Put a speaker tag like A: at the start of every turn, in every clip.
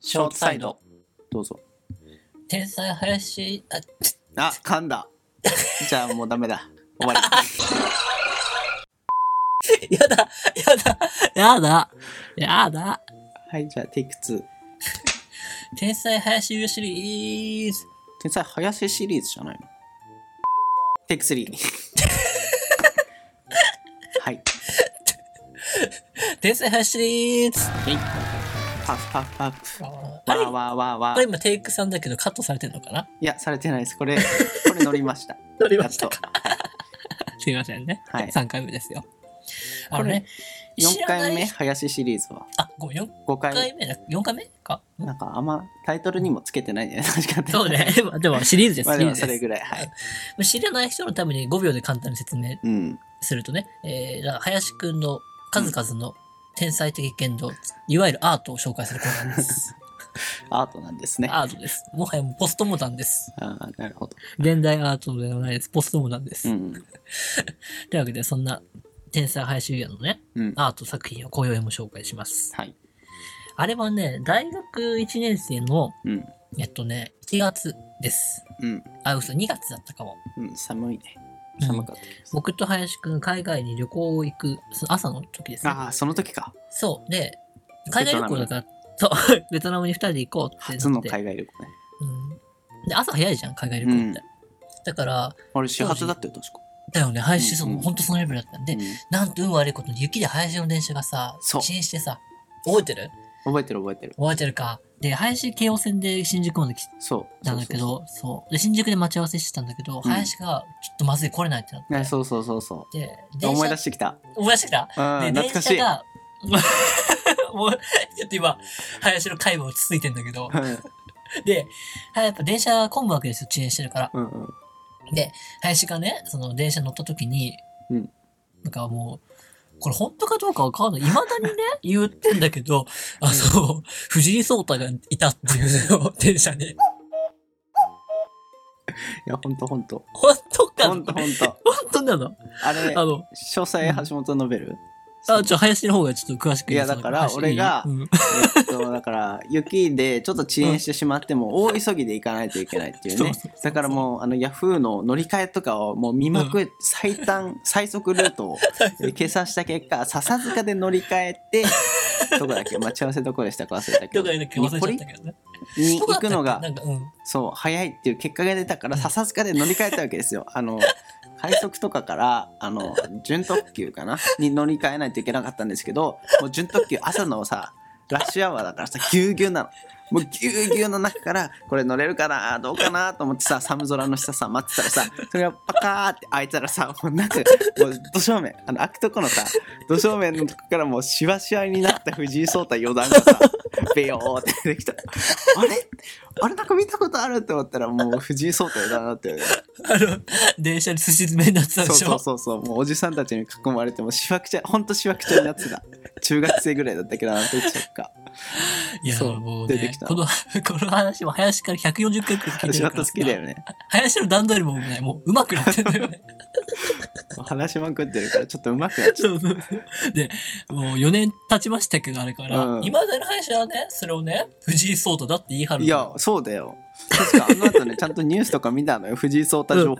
A: ショートサイド。どうぞ。
B: 天才林、あ、
A: あ、噛 んだ。じゃあもうダメだ。終わり。
B: やだ、やだ、やだ、やだ。
A: はい、じゃあテイク2。
B: 天才林ゆるシリーズ。
A: 天才林シリーズじゃないの。テイク3。はい。
B: 天才林シリーズ。
A: えいパフパフパフ。
B: あ
A: わ
B: れ、
A: ーわーわーわ
B: これ
A: ー。
B: 今テイク3だけどカットされてんのかない
A: や、されてないです。これ、これ乗り ました。
B: 撮り
A: やっと。はい
B: すいませんね。
A: はい
B: 3回目ですよ。あのね、知
A: 4
B: らない
A: 回目、林シリーズは。
B: あ、ごめん、4
A: 5回。
B: 回目だ、4回目か。
A: なんかあんまタイトルにもつけてない ね。確かに。
B: そうね。 でもでもシリーズです、
A: まあ
B: シ
A: で
B: リー
A: も
B: ズ
A: それ
B: で
A: ぐらい。はい。
B: す。知らない人のために5秒で簡単に説明
A: うん。
B: するとね、えー、だから林くんの数々の天才的言動、いわゆるアートを紹介するコーナーです。
A: アートなんですね。あ
B: アートです。もはやもうポストモダンです。
A: あー、なるほど。
B: 現代アートではないです。ポストモダンです。
A: うん。
B: というわけで、そんな天才林優也のね、
A: うん。
B: アート作品を今宵も紹介します。
A: はい。
B: あれはね、大学1年生の、
A: うん。
B: えっとね、1月です。
A: うん。
B: あ、嘘、2月だったかも。
A: うん、寒いね。
B: うん
A: 寒かったです。
B: 僕と林くん、海外に旅行行く、その朝の時ですね。
A: ああ、その時か。
B: そう。で、海外旅行だから、そう、 ベトナムに2人で行こうって
A: 初
B: なっ
A: の
B: て。
A: 海外旅行ね。
B: うん。で、朝早いじゃん、海外旅行って。
A: うん
B: だから、
A: 俺、始発だったよ、確か。
B: だよね、配信、そ
A: うんう
B: の、
A: ん
B: ほんとそのレベルだったんで
A: う、ん
B: なんと運悪いことに雪で配信の電車がさ、
A: そう
B: 遅延してさ、覚えてる
A: 覚えてる覚えてる。
B: 覚えてるか。で、林京王線で新宿まで来
A: そう。
B: たんだけど、そうで、新宿で待ち合わせしてたんだけど、林が、ちょっとまずい、来れないってなって。
A: ね。そうそうそうそう。
B: で、電車、
A: 思い出してきた。
B: 思い出してきた
A: う
B: で、
A: ん、懐
B: 電
A: か
B: 車
A: しい。
B: が、 もう、ちょっと今、林の介護落ち着いてんだけど、で、はやっぱ電車が混むわけですよ、遅延してるから。
A: うんうんうん。
B: で、林がね、その電車乗った時に、
A: うん
B: なんかもう、これ本当かどうかわかんない。未だに ね、言ってんだけど、あの、藤井聡太がいたっていうのを電車に。
A: いや、ほんとほんと。
B: 本当か
A: ほ
B: なん
A: と
B: 本
A: ほんと。
B: 当なの
A: あれ、
B: あ
A: 詳
B: の、
A: 細橋本述べる
B: あ、ちょ、林の方がちょっと詳しく言う
A: いやだから
B: 林いい
A: 俺が
B: うん
A: えっと、だから、雪でちょっと遅延してしまっても、大急ぎで行かないといけないっていうね
B: そうそうそう。
A: だからもう、あの、ヤフーの乗り換えとかをもう見まくり、最 短、最速ルートをえー計算した結果、笹塚で乗り換え て、どこだっけ待ち合わせどこでしたか忘れたけ
B: ど
A: ど、
B: こだっけ忘れちゃった
A: 日
B: けどね。
A: 暮里に行くのが
B: な、んか、うん。
A: そう、早いっていう結果が出たから、
B: うん
A: 笹塚で乗り換えたわけですよ。 あの、快速とかから、あの、準特急かなに乗り換えないといけなかったんですけど、もう準特急朝のさ、ラッシュアワーだからさ、ぎゅうぎゅうなの。もうぎゅうぎゅうの中から、これ乗れるかなどうかなと思ってさ、寒空の下さ、待ってたらさ、それがパカーって開いたらさ、もうなんか、もう、土正面、あの、開くとこのさ、土正面のとこからもう、しわしわになった藤井聡太四段がさ、べよーって出てきた。あれあれなんか見たことあるって思ったらもう藤井聡太だなって、
B: あの、電車にすし詰めになってたで
A: そう
B: しょ
A: そうそうそうもうおじさんたちに囲まれてもうしわくちゃほんとしわくちゃになってた中学生ぐらいだったけどあの時と か
B: いや、
A: そう
B: もう、
A: 出て
B: ね
A: き、た
B: この、こ の話も林から140回くらい聞いてる
A: 橋
B: から
A: 本好
B: さ
A: きだ よね
B: 林の段取りもね、もう上手くなってんだ よね。
A: もう話しまくってるからちょっとうまくなっちゃ
B: そうそうそうで、もう4年経ちましたけど、あれから。
A: うん
B: 今までの林はね、それをね、藤井聡太だって言い 張
A: う
B: る。
A: いや、そうだよ確かあの後ねちゃんとニュースとか見たのよ藤井聡太情報を、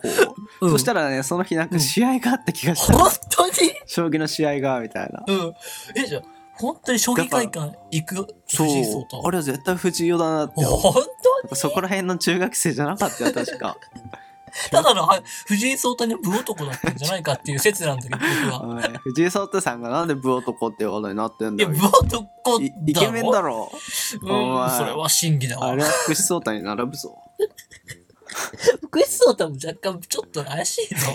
B: うん、
A: そした
B: ら、
A: らねその日なんか試合があった気がした、
B: 本当に
A: 将棋の試合がみたいな
B: うん。え、じゃあ本当に将棋会館行く
A: そう
B: 藤井聡太。
A: あれは絶対藤井四段だってよ
B: 本当に
A: そこら辺の中学生じゃなかったよ確か
B: ただのは藤井聡太の武男だったんじゃないかっていう説なんだけど、僕は。
A: おい藤井聡太さんがなんで武男ってことになってん
B: い
A: だ
B: や、
A: よ
B: 武男だろ
A: いイケメンだろ
B: うん、
A: お前
B: それは真偽だわ
A: あ。れは福士蒼太に並ぶぞ
B: 福士蒼太も若干ちょっと怪しいぞ。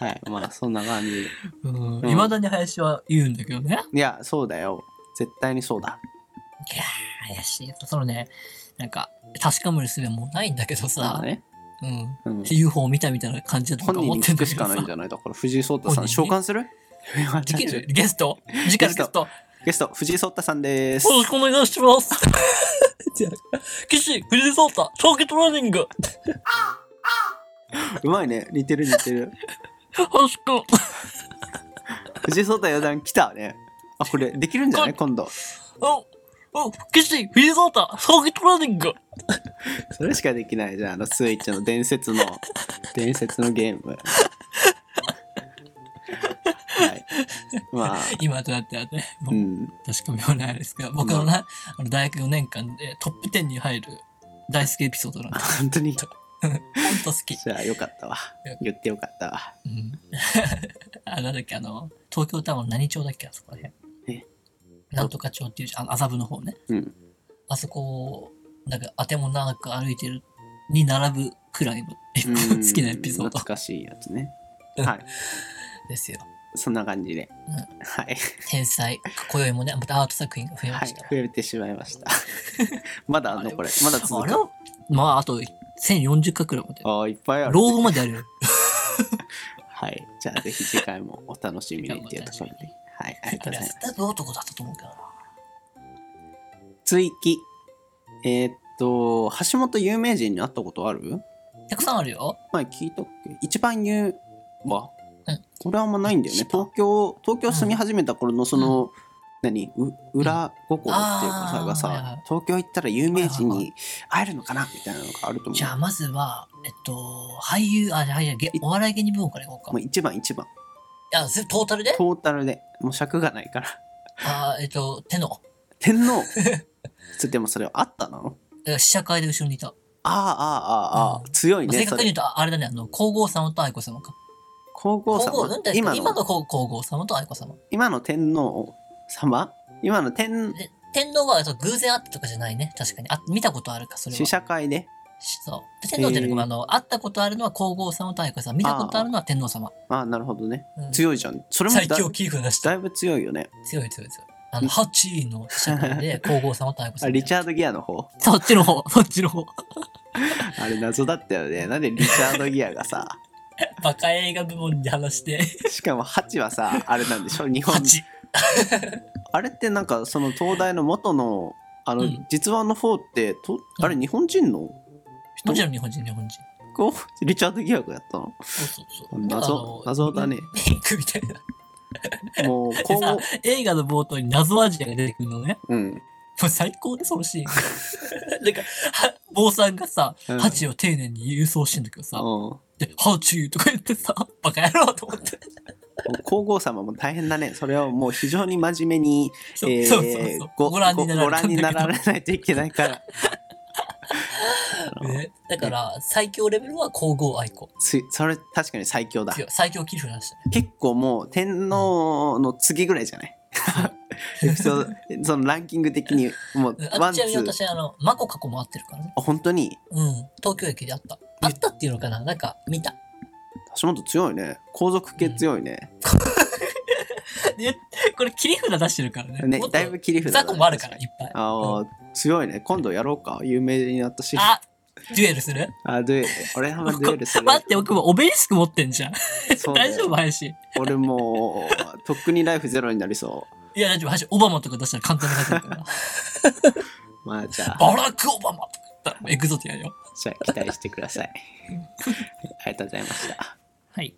A: はいまあそんな感じ
B: うん
A: うん
B: 未だに林は言うんだけどね。
A: いやそうだよ絶対にそうだ
B: いやー、怪しい。そのね、なんか、確かめる術はもうないんだけど
A: まあ
B: さ、
A: ね、
B: うん。
A: うん、
B: UFO を見たみたいな感じだと
A: 本
B: 僕は思
A: 人に
B: ってん
A: 聞
B: だ
A: く
B: け
A: し
B: ど
A: かないんじ
B: さ。
A: ゃないだから藤井聡太さ
B: 本
A: ん
B: 人
A: 召
B: に
A: 喚する
B: できるゲスト次回のゲストよ
A: ゲスト藤井聡太さんです
B: ろしくお願いします。じゃあ、岸、藤井聡太、長期トレーニング、よ
A: うまいね似てる似てる
B: ろしく。
A: 藤井聡太四段来たねあこれできるんじゃない今度
B: うんお、決して、フィリゾータ、ソーキットラーニング。
A: それしかできないじゃん、あのスイッチの伝 説の、伝説のゲーム。はい。まあ、
B: 今となってはね、も
A: う。
B: うん確かめようないですけど、僕のな、あの大学4年間でトップ10に入る大好きエピソード なんで、
A: 本当に。
B: ほんと好き。
A: じゃあよかったわ。言ってよかったわ。
B: うん。 あ、なんだっけ、あの、東京タワーの何町だっけ、あそこら辺。
A: え
B: なんとか町っていうじゃん、あの麻布の方ね。
A: うん。
B: あそこを、なんか、あてもなく歩いてる、に並ぶくらいの、
A: うん
B: 好きなエピソード
A: 懐かしいやつね。
B: うん
A: はい。
B: ですよ。
A: そんな感じで。
B: うん
A: はい。
B: 天才、今宵もね、またアート作品が増えま
A: は
B: し
A: い
B: た。。
A: 増えてしまいました。 まだあんのこれ。まだ続
B: あれ
A: く。
B: はまあ、あと1040回くらいまで。
A: ああ、いっぱいある。
B: 老後まであるよ。
A: はい。じゃあぜひ次回もお楽しみにっていうところ
B: 次回
A: で。はい。ありがとうございます。
B: 絶対老男だったと思うけどな。
A: 追記。えーっと、橋本有名人に会ったことある
B: たくさんあるよ。
A: 前聞いたっけ一番言うは、
B: うん
A: これはあんまないんだよね。
B: 一番
A: 東京、東京住み始めた頃のその、何う裏心っていうか
B: あー
A: さ、が
B: はいは
A: さ
B: い、
A: 東京行ったら有名人
B: はいはい
A: に会えるのかなみたいなのがあると思う。
B: じゃあ、まずは、えっと、俳優、あ、じゃあ俳優、げお笑い芸人部門からいこうか。
A: もう
B: い
A: 一番一番。
B: や、ずトータルで
A: トータルで、もう尺がないから。
B: あーえっと、手の、
A: 天皇それでもそれはあったなの
B: え試写会で後ろにいた。
A: ああ、ああ、ああ、
B: うん
A: 強い
B: まあ
A: ね。
B: 正
A: そ
B: 確に言う
A: れ
B: と、ああれだね、あの、皇后様と愛子様か。
A: 皇
B: 皇
A: 后様
B: 后、うんだ今
A: 今の
B: 今の皇皇后様と愛子様。
A: 今の天皇様今の天
B: で天皇はえっと偶然会ったとかじゃないね。確かに。あ見たことあるか、それは。
A: 試写会で
B: そう。で天皇じゃなく
A: へー
B: て、あの、会ったことあるのは皇后様と愛子様。見たことあるのは天皇様。
A: ああなるほどね、
B: うん
A: 強いじゃんそれもだ
B: 最強キーフ出した。
A: だいぶ強いよね
B: 強い強い強い。あの、8位の試写会で 皇后様と愛子
A: あ
B: 様。
A: リチャード・ギアの方
B: そっちの方、そっちの方。
A: あれ謎だったよ ねなんでリチャード・ギアがさ
B: バカ映画部門で話して。
A: しかもハチはさあれなんでしょ日本
B: 8。
A: あれってなんかその東大の元のあの、
B: うん
A: 実話の方ってとあれ日本人の人、
B: もちろん日本人、日本人。
A: こうリチャード・ギアがやったの
B: そうそうそう。
A: 謎
B: あの
A: 謎だね。
B: ピンクみたいな。
A: もう今後
B: でさ映画の冒頭に謎アジアが出てくるのね。
A: うん
B: もう最高でそのシ ーンが。なんか、は坊さんがさ、
A: うん
B: ハチを丁寧に郵送してんだけどさ、
A: うん
B: で、ハチとか言ってさ、バカ野郎と思って。
A: 皇后様も大変だねそれをもう非常に真面目に
B: そう
A: えー
B: そうそうそう。
A: ご
B: ご覧になら
A: ごご覧になら
B: れ
A: れないといけない から。
B: たんだけどねだから、最強レベルは皇后愛子。
A: つそれ確かに最強だ。
B: 強い最強キルフなんしたね。
A: 結構もう天皇の次ぐらいじ ゃないエピソードそのランキング的にもう
B: うんあ
A: ワン
B: ち
A: ツ
B: なみに
A: ー。
B: 私、あの、マコカコも会ってるからね。
A: あ本当に
B: うん。東京駅で会った。会ったっていうのかななんか、見た。
A: 橋本強いね。皇族系強いね。
B: でこれ切り札出してるからね。
A: ね
B: もっと
A: だいぶ切り札だ
B: 雑
A: ね
B: 魚もあるから、いっぱい。
A: あー、
B: うん
A: 強いね。今度やろうか。有名になったし。
B: あデュエルする
A: あ、で、俺 はデュエルする。
B: 待って、僕もオベリスク持ってんじゃん。
A: そうだよ
B: 大丈夫、林。
A: 俺もう、とっくにライフゼロになりそ
B: いや、大丈夫、林。オバマとか出したら簡単に勝てるから。
A: う。まあじゃあ。
B: バラク・オバマとか言ったらもうエグゾティアよ。
A: じゃあ期待してください。ありがとうございました。
B: はい。